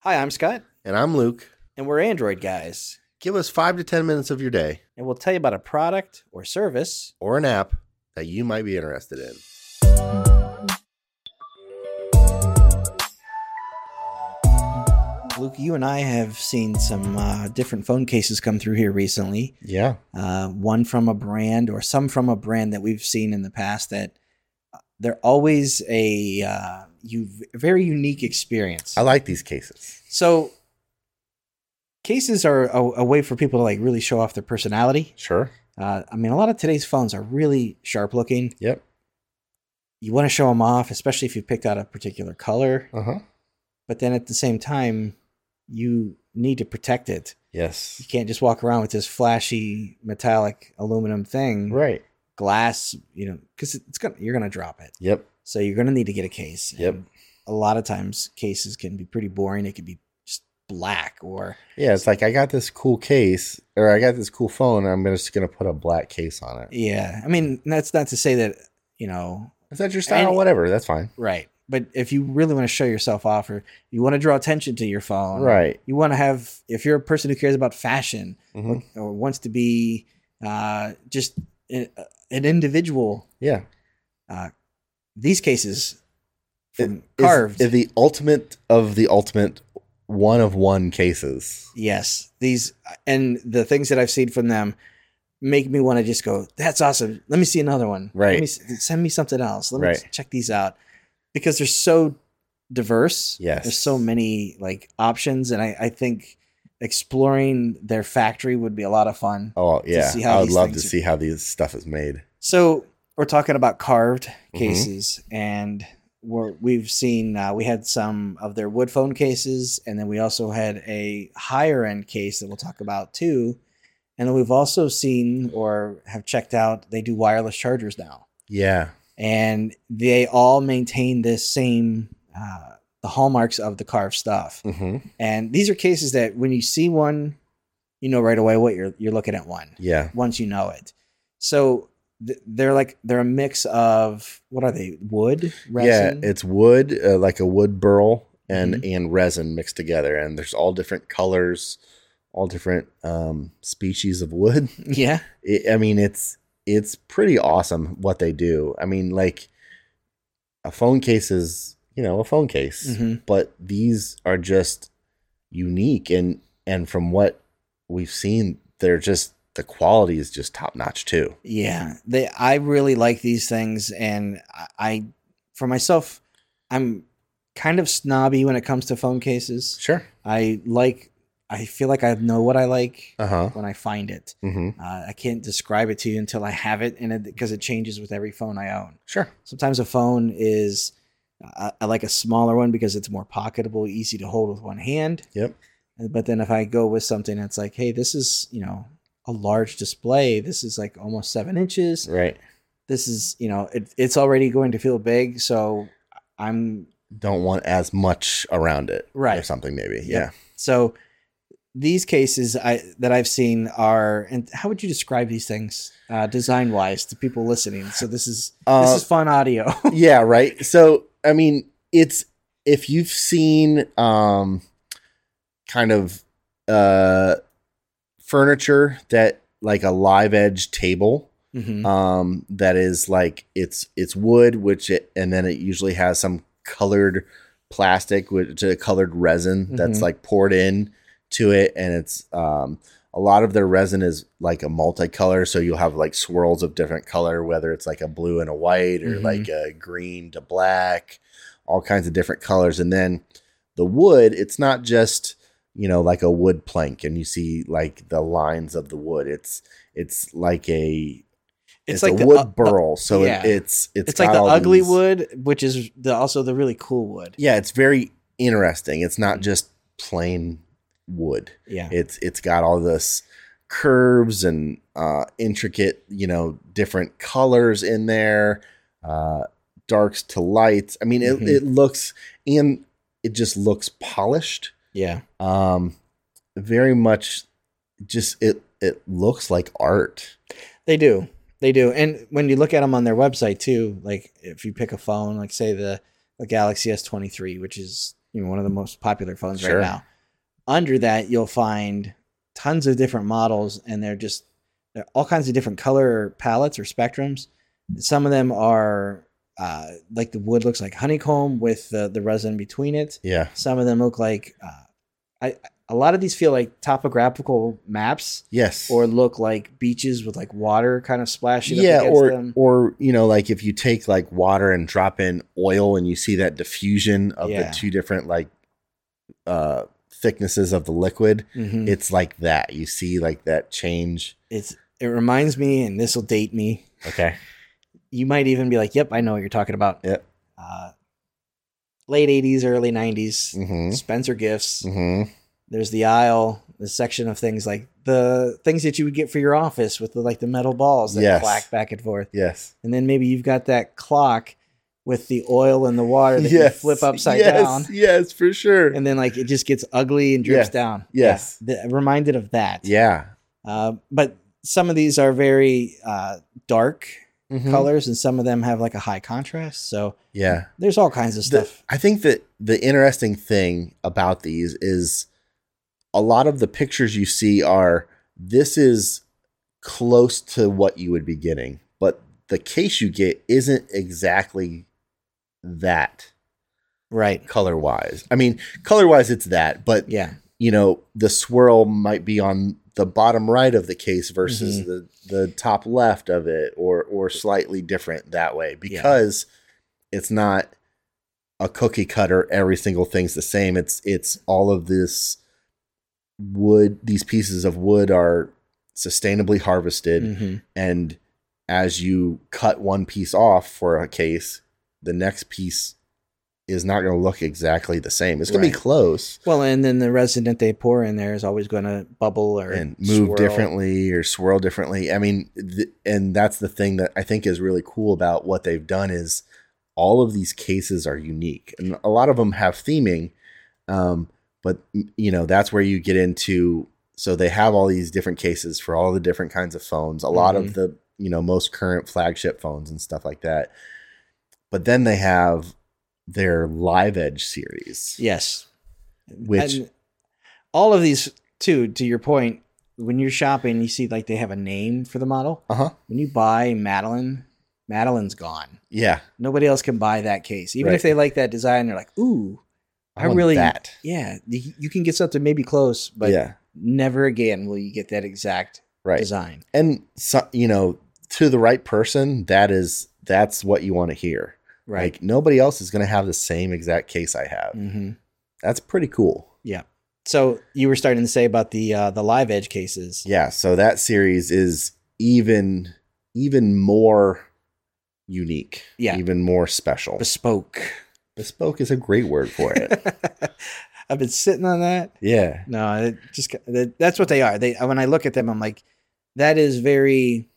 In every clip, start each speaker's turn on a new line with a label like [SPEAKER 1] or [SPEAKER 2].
[SPEAKER 1] Hi, I'm Scott,
[SPEAKER 2] And I'm Luke.
[SPEAKER 1] and we're Android guys,
[SPEAKER 2] Give us five to 10 minutes of your day
[SPEAKER 1] and we'll tell you about a product or service.
[SPEAKER 2] or an app that you might be interested in.
[SPEAKER 1] Luke, you and I have seen some uh, different phone cases come through here recently.
[SPEAKER 2] Yeah.
[SPEAKER 1] Uh, one from a brand, or some from a brand that we've seen in the past that uh, they're always a uh, you very unique experience.
[SPEAKER 2] I like these cases.
[SPEAKER 1] So cases are a, a way for people to like really show off their personality.
[SPEAKER 2] Sure.
[SPEAKER 1] Uh, I mean, a lot of today's phones are really sharp looking.
[SPEAKER 2] Yep.
[SPEAKER 1] You want to show them off, especially if you picked out a particular color.
[SPEAKER 2] Uh huh.
[SPEAKER 1] But then at the same time, you need to protect it. You
[SPEAKER 2] Yes.
[SPEAKER 1] can't just walk around with this flashy metallic aluminum thing,
[SPEAKER 2] Right.
[SPEAKER 1] glass, you know, because it's gonna you're gonna drop it.
[SPEAKER 2] Yep.
[SPEAKER 1] So you're gonna need to get a case.
[SPEAKER 2] Yep.
[SPEAKER 1] And a lot of times, cases can be pretty boring. It could be just black or
[SPEAKER 2] Yeah. It's like I got this cool case or I got this cool phone. And I'm gonna- just going to put a black case on it.
[SPEAKER 1] Yeah, I mean that's not to say that you know
[SPEAKER 2] Is that your style?
[SPEAKER 1] Any-
[SPEAKER 2] Whatever. That's fine.
[SPEAKER 1] right, but if you really want to show yourself off or you want to draw attention to your phone,
[SPEAKER 2] Right.
[SPEAKER 1] You want to have if you're a person who cares about fashion
[SPEAKER 2] Mhm.
[SPEAKER 1] or, or wants to be uh, just a- an individual.
[SPEAKER 2] Yeah.
[SPEAKER 1] These cases from
[SPEAKER 2] It- it's-
[SPEAKER 1] carved,
[SPEAKER 2] it's the ultimate of the ultimate one of one cases.
[SPEAKER 1] yes, these and the things that I've seen from them make me want to just go. That's awesome. Let me see another one. Let
[SPEAKER 2] Right.
[SPEAKER 1] me, s- send me something else. Let me
[SPEAKER 2] Right.
[SPEAKER 1] check these out because they're so diverse.
[SPEAKER 2] Yes.
[SPEAKER 1] there's so many like options and I, I think exploring their factory would be a lot of fun
[SPEAKER 2] Oh yeah,
[SPEAKER 1] see how
[SPEAKER 2] I would
[SPEAKER 1] these
[SPEAKER 2] love to
[SPEAKER 1] things are-
[SPEAKER 2] see how these stuff is made.
[SPEAKER 1] so we're talking about carved
[SPEAKER 2] Mhm.
[SPEAKER 1] cases and we're, we've seen uh, we had some of their wood phone cases and then we also had a higher end case that we'll talk about too and then we've also seen or have checked out they do wireless chargers now
[SPEAKER 2] Yeah,
[SPEAKER 1] and they all maintain this same uh, the hallmarks of the carved stuff
[SPEAKER 2] hmm
[SPEAKER 1] And these are cases that when you see one, you know right away what you're you're looking at one
[SPEAKER 2] yeah,
[SPEAKER 1] once you know it. So th- they're like they're a mix of what are they? Wood, resin.
[SPEAKER 2] yeah. It's wood, uh, like a wood burl, and and resin mixed together, and there's all different colors, all different um, species of wood.
[SPEAKER 1] yeah.
[SPEAKER 2] It, I mean, it's it's pretty awesome what they do. I mean, like a phone case is you know a phone case,
[SPEAKER 1] Mhm.
[SPEAKER 2] but these are just unique and and from what we've seen, they're just the quality is just top notch too.
[SPEAKER 1] Yeah. They I really like these things and I, I for myself I'm kind of snobby when it comes to phone cases.
[SPEAKER 2] Sure.
[SPEAKER 1] I like I feel like I know what I like
[SPEAKER 2] Uh huh.
[SPEAKER 1] when I find it.
[SPEAKER 2] Mm-hmm.
[SPEAKER 1] Uh, I can't describe it to you until I have it, and because it changes with every phone I own.
[SPEAKER 2] Sure.
[SPEAKER 1] Sometimes a phone is, I, I like a smaller one because it's more pocketable, easy to hold with one hand.
[SPEAKER 2] Yep.
[SPEAKER 1] And- But then if I go with something that's like, hey, this is, you know, a large display, this is like almost seven inches,
[SPEAKER 2] Right.
[SPEAKER 1] this is, you know, it, it's already going to feel big. So I'm,
[SPEAKER 2] Don't want as much around it. Or
[SPEAKER 1] Right.
[SPEAKER 2] something maybe.
[SPEAKER 1] Yep. so these cases I, that I've seen are, and how would you describe these things uh, design wise to people listening? So this is,
[SPEAKER 2] Yeah. Uh,
[SPEAKER 1] this is fun audio.
[SPEAKER 2] yeah. Right. So I mean, it's if you've seen um, kind of uh, furniture that like a live edge table
[SPEAKER 1] Mhm.
[SPEAKER 2] um that is like it's it's wood which it and then it usually has some colored plastic which a colored resin that's
[SPEAKER 1] Mhm.
[SPEAKER 2] like poured in to it and it's um a lot of their resin is like a multicolor so you'll have like swirls of different color whether it's like a blue and a white or
[SPEAKER 1] Mhm.
[SPEAKER 2] like a green to black all kinds of different colors and then the wood it's not just you know like a wood plank and you see like the lines of the wood it's it's like a it's, like a
[SPEAKER 1] the-
[SPEAKER 2] wood
[SPEAKER 1] uh, the-
[SPEAKER 2] burl, so
[SPEAKER 1] yeah.
[SPEAKER 2] it, it's it's
[SPEAKER 1] it's, like
[SPEAKER 2] got
[SPEAKER 1] the
[SPEAKER 2] all
[SPEAKER 1] ugly
[SPEAKER 2] these-
[SPEAKER 1] wood, which is the, also the really cool wood.
[SPEAKER 2] Yeah, it's very interesting. It's not
[SPEAKER 1] Mhm.
[SPEAKER 2] just plain wood.
[SPEAKER 1] Yeah,
[SPEAKER 2] It's it's got all this curves and uh, intricate, you know, different colors in there, uh, darks to lights. I mean, it
[SPEAKER 1] Mhm.
[SPEAKER 2] it looks and it just looks polished.
[SPEAKER 1] yeah,
[SPEAKER 2] Um, very much, just it it looks like art.
[SPEAKER 1] they do, they do. And when you look at them on their website too, like if you pick a phone, like say the, the Galaxy S twenty three, which is you know one of the most popular phones
[SPEAKER 2] Sure.
[SPEAKER 1] right now. Under that, you'll find tons of different models, and they're just they're all kinds of different color palettes or spectrums. Some of them are uh, like the wood looks like honeycomb with the, the resin between it.
[SPEAKER 2] Yeah.
[SPEAKER 1] Some of them look like uh, I. A lot of these feel like topographical maps,
[SPEAKER 2] Yes.
[SPEAKER 1] or look like beaches with like water kind of splashing. up
[SPEAKER 2] yeah,
[SPEAKER 1] against
[SPEAKER 2] or
[SPEAKER 1] them.
[SPEAKER 2] or you know, like if you take like water and drop in oil, and you see that diffusion of
[SPEAKER 1] Yeah.
[SPEAKER 2] the two different like uh thicknesses of the liquid,
[SPEAKER 1] Mhm.
[SPEAKER 2] it's like that. You see like that change.
[SPEAKER 1] it's it reminds me, and this will date me.
[SPEAKER 2] Okay.
[SPEAKER 1] You might even be like, "Yep, I know what you're talking about."
[SPEAKER 2] Yep.
[SPEAKER 1] Uh, late '80s, early '90s.
[SPEAKER 2] Mm-hmm.
[SPEAKER 1] Spencer Gifts.
[SPEAKER 2] Mm-hmm.
[SPEAKER 1] There's the aisle, the section of things like the things that you would get for your office with the, like the metal balls that
[SPEAKER 2] Yes.
[SPEAKER 1] clack back and forth,
[SPEAKER 2] Yes.
[SPEAKER 1] and then maybe you've got that clock with the oil and the water that you flip upside
[SPEAKER 2] yes,
[SPEAKER 1] down,
[SPEAKER 2] Yes, for sure.
[SPEAKER 1] and then like it just gets ugly and drips
[SPEAKER 2] Yeah.
[SPEAKER 1] down.
[SPEAKER 2] Yes.
[SPEAKER 1] Yeah. The- reminded of that.
[SPEAKER 2] yeah.
[SPEAKER 1] Uh, but some of these are very uh, dark
[SPEAKER 2] Mhm.
[SPEAKER 1] colors, and some of them have like a high contrast. So
[SPEAKER 2] Yeah.
[SPEAKER 1] there's all kinds of
[SPEAKER 2] The-
[SPEAKER 1] stuff.
[SPEAKER 2] I think that the interesting thing about these is a lot of the pictures you see are this is close to what you would be getting, but the case you get isn't exactly that
[SPEAKER 1] right.
[SPEAKER 2] color wise. I mean, color wise, it's that, but
[SPEAKER 1] Yeah.
[SPEAKER 2] you know, the swirl might be on the bottom right of the case versus the the top left of it, or or slightly different that way because it's not a cookie cutter. Every single thing's the same. It's it's all of this wood. These pieces of wood are sustainably harvested,
[SPEAKER 1] hmm
[SPEAKER 2] and as you cut one piece off for a case, the next piece is not going to look exactly the same. It's going
[SPEAKER 1] Right.
[SPEAKER 2] to be close
[SPEAKER 1] Well, and then the resident they pour in there is always going to bubble or
[SPEAKER 2] and move
[SPEAKER 1] swirl.
[SPEAKER 2] differently or swirl differently. I mean, th- and that's the thing that I think is really cool about what they've done is all of these cases are unique, and a lot of them have theming. Um, but m- you know, that's where you get into. So they have all these different cases for all the different kinds of phones. A lot
[SPEAKER 1] Mhm.
[SPEAKER 2] of the you know most current flagship phones and stuff like that. But then they have their Live Edge series,
[SPEAKER 1] Yes.
[SPEAKER 2] which
[SPEAKER 1] And all of these, too, to your point, when you're shopping, you see like they have a name for the model.
[SPEAKER 2] uh huh,
[SPEAKER 1] When you buy Madeline, Madeline's gone.
[SPEAKER 2] yeah,
[SPEAKER 1] Nobody else can buy that case. Even if
[SPEAKER 2] Right.
[SPEAKER 1] they like that design, they're like, ooh, I
[SPEAKER 2] want
[SPEAKER 1] really-
[SPEAKER 2] that,
[SPEAKER 1] yeah, you you can get something maybe close, but
[SPEAKER 2] yeah,
[SPEAKER 1] never again will you get that exact
[SPEAKER 2] right.
[SPEAKER 1] design.
[SPEAKER 2] and so, you know to the right person that is that's what you want to hear
[SPEAKER 1] Right.
[SPEAKER 2] like uh, nobody else is going to have the same exact case i have
[SPEAKER 1] hmm
[SPEAKER 2] that's pretty cool
[SPEAKER 1] So you were starting to say about the uh, the live edge cases.
[SPEAKER 2] yeah so that series is even even more unique
[SPEAKER 1] Yeah.
[SPEAKER 2] even more special
[SPEAKER 1] Bespoke.
[SPEAKER 2] bespoke is a great word for it
[SPEAKER 1] I've been sitting on that.
[SPEAKER 2] yeah
[SPEAKER 1] No, it just that- that's what they are. They when I look at them, I'm like, that is very.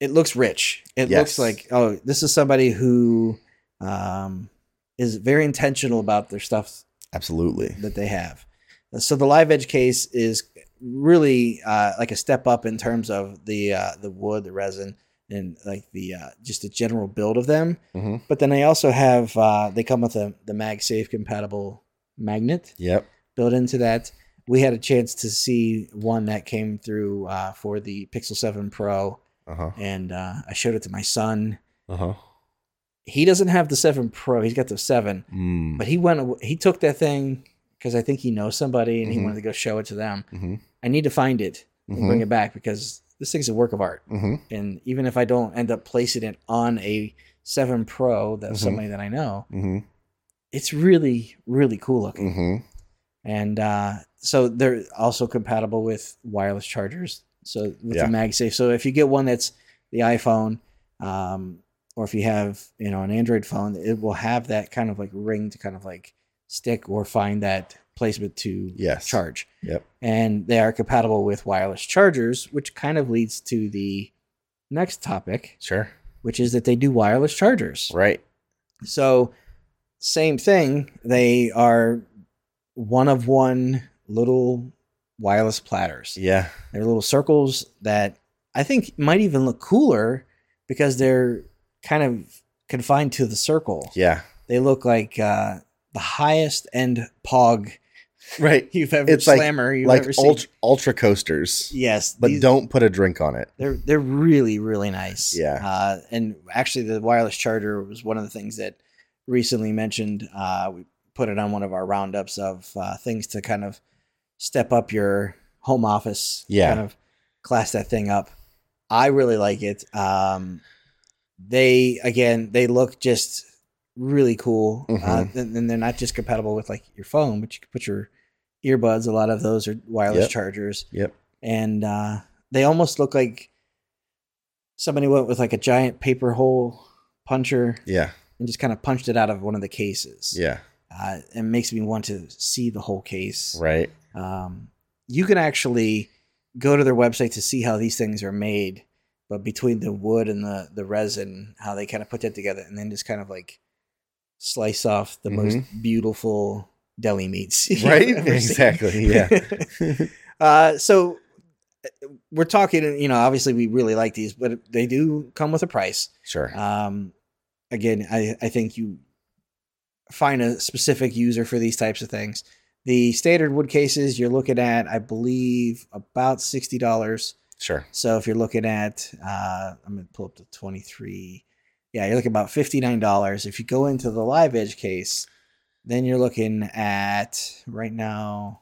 [SPEAKER 1] It looks rich. It looks
[SPEAKER 2] Yes.
[SPEAKER 1] like oh, this is somebody who um, is very intentional about their stuff
[SPEAKER 2] absolutely
[SPEAKER 1] that they have. So the live edge case is really uh, like a step up in terms of the uh, the wood, the resin, and like the uh, just the general build of them.
[SPEAKER 2] Mhm.
[SPEAKER 1] But then they also have uh, they come with a, the MagSafe compatible magnet
[SPEAKER 2] yep
[SPEAKER 1] built into that. We had a chance to see one that came through uh, for the Pixel Seven Pro,
[SPEAKER 2] uh-huh
[SPEAKER 1] and uh, I showed it to my son.
[SPEAKER 2] uh-huh
[SPEAKER 1] He doesn't have the Seven Pro; he's got the Seven,
[SPEAKER 2] mm.
[SPEAKER 1] but he went. aw- He took that thing because I think he knows somebody, and he
[SPEAKER 2] Mhm.
[SPEAKER 1] wanted to go show it to them.
[SPEAKER 2] Mhm.
[SPEAKER 1] I need to find it and
[SPEAKER 2] Mhm.
[SPEAKER 1] bring it back because this thing's a work of art.
[SPEAKER 2] Mhm.
[SPEAKER 1] And even if I don't end up placing it on a Seven Pro, that's
[SPEAKER 2] Mhm.
[SPEAKER 1] somebody that I know.
[SPEAKER 2] Mhm.
[SPEAKER 1] It's really, really cool looking,
[SPEAKER 2] Mhm.
[SPEAKER 1] and uh, so they're also compatible with wireless chargers. So with
[SPEAKER 2] Yeah.
[SPEAKER 1] the MagSafe. So if you get one that's the iPhone, um, or if you have you know an Android phone, it will have that kind of like ring to kind of like stick or find that placement to
[SPEAKER 2] yes
[SPEAKER 1] charge.
[SPEAKER 2] Yep.
[SPEAKER 1] And they are compatible with wireless chargers, which kind of leads to the next topic,
[SPEAKER 2] sure
[SPEAKER 1] which is that they do wireless chargers.
[SPEAKER 2] right
[SPEAKER 1] So, same thing. They are one of one little wireless platters.
[SPEAKER 2] yeah
[SPEAKER 1] They're little circles that I think might even look cooler because they're kind of confined to the circle.
[SPEAKER 2] yeah
[SPEAKER 1] They look like uh, the highest end pog
[SPEAKER 2] Right.
[SPEAKER 1] you've ever
[SPEAKER 2] It's like-
[SPEAKER 1] slammer you've
[SPEAKER 2] like
[SPEAKER 1] ever seen.
[SPEAKER 2] ultra, ultra coasters,
[SPEAKER 1] yes,
[SPEAKER 2] but
[SPEAKER 1] these-
[SPEAKER 2] don't put a drink on it.
[SPEAKER 1] They're they're really really nice.
[SPEAKER 2] Yeah.
[SPEAKER 1] Uh, and actually, the wireless charger was one of the things that recently mentioned. Uh, we put it on one of our roundups of uh, things to kind of step up your home office.
[SPEAKER 2] Yeah.
[SPEAKER 1] Kind of class that thing up. I really like it. Um, they again, they look just really cool, uh,
[SPEAKER 2] Mhm.
[SPEAKER 1] and, and they're not just compatible with like your phone, but you can put your earbuds. A lot of those are wireless
[SPEAKER 2] Yep.
[SPEAKER 1] chargers
[SPEAKER 2] Yep.
[SPEAKER 1] and uh, they almost look like somebody went with like a giant paper hole puncher
[SPEAKER 2] Yeah.
[SPEAKER 1] and just kind of punched it out of one of the cases.
[SPEAKER 2] Yeah.
[SPEAKER 1] Uh, it makes me want to see the whole case.
[SPEAKER 2] Right.
[SPEAKER 1] Um, you can actually go to their website to see how these things are made, but between the wood and the, the resin, how they kind of put that together and then just kind of like slice off the most beautiful deli meats. you've
[SPEAKER 2] Mm-hmm. Right.
[SPEAKER 1] ever seen.
[SPEAKER 2] exactly. Yeah.
[SPEAKER 1] uh, so uh, we're talking, you know, obviously we really like these, but they do come with a price.
[SPEAKER 2] sure.
[SPEAKER 1] Um, again, I, I think you find a specific user for these types of things. The standard wood cases you're looking at, I believe, about sixty dollars.
[SPEAKER 2] sure.
[SPEAKER 1] So if you're looking at, uh, I'm gonna pull up the twenty three. Yeah, you're looking about fifty nine dollars. If you go into the live edge case, then you're looking at right now.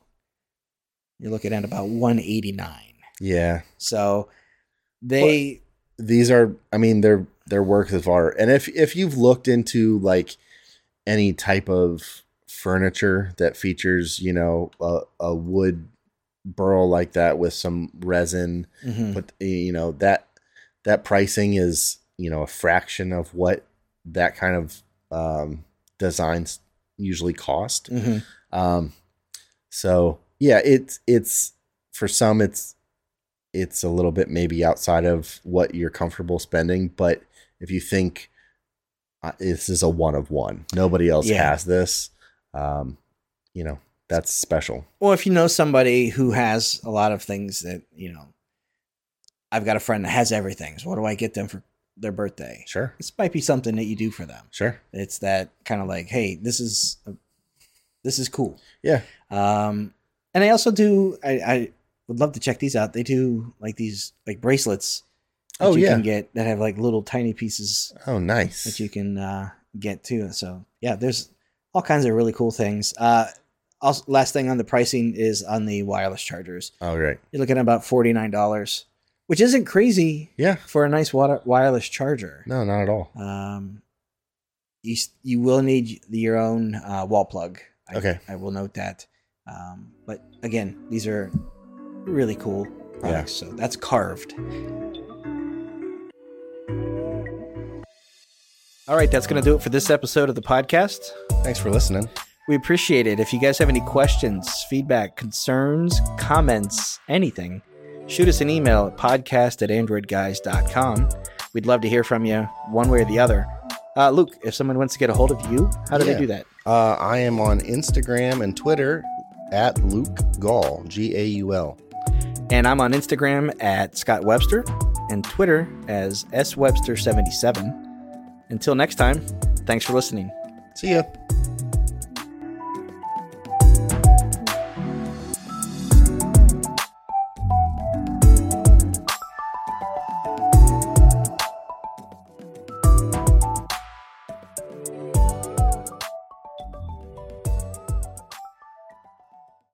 [SPEAKER 1] You're looking at about one eighty nine.
[SPEAKER 2] Yeah.
[SPEAKER 1] So they
[SPEAKER 2] These are I mean they're they're works of art. And if if you've looked into like any type of furniture that features, you know, a, a wood burl like that with some resin,
[SPEAKER 1] Mhm.
[SPEAKER 2] but you know, that that pricing is, you know, a fraction of what that kind of um designs usually cost.
[SPEAKER 1] Mhm.
[SPEAKER 2] Um, so yeah, it's it's for some it's it's a little bit maybe outside of what you're comfortable spending, but if you think uh, this is a one of one, nobody else
[SPEAKER 1] Yeah.
[SPEAKER 2] has this, um, you know that's special.
[SPEAKER 1] Well, if you know somebody who has a lot of things that, you know, I've got a friend that has everything. So what do I get them for their birthday?
[SPEAKER 2] Sure,
[SPEAKER 1] This might be something that you do for them.
[SPEAKER 2] sure,
[SPEAKER 1] It's that kind of like, hey, this is this is cool.
[SPEAKER 2] Yeah.
[SPEAKER 1] Um, and I also do. I, I would love to check these out. They do like these like bracelets. That
[SPEAKER 2] Oh,
[SPEAKER 1] you
[SPEAKER 2] yeah.
[SPEAKER 1] Can get that have like little tiny pieces
[SPEAKER 2] oh nice.
[SPEAKER 1] that you can uh, get too. So yeah, there's all kinds of really cool things. Uh, also, last thing on the pricing is on the wireless chargers.
[SPEAKER 2] All right,
[SPEAKER 1] You're looking at about forty nine dollars, which isn't crazy
[SPEAKER 2] yeah,
[SPEAKER 1] for a nice water- wireless charger.
[SPEAKER 2] no, not at all.
[SPEAKER 1] Um, you s- you will need your own uh, wall plug. I,
[SPEAKER 2] Okay.
[SPEAKER 1] I will note that. Um, but again, these are really cool products. So that's carved. All right, that's going to do it for this episode of the podcast.
[SPEAKER 2] Thanks for listening.
[SPEAKER 1] We appreciate it. If you guys have any questions, feedback, concerns, comments, anything, shoot us an email at podcast at androidguys.com. We'd love to hear from you one way or the other. Uh, Luke, if someone wants to get a hold of you, how do
[SPEAKER 2] Yeah.
[SPEAKER 1] they do that?
[SPEAKER 2] Uh, I am on Instagram and Twitter at Luke Gall G A U L.
[SPEAKER 1] And I'm on Instagram at Scott Webster and Twitter as swebster77. Until next time, thanks for listening.
[SPEAKER 2] See ya.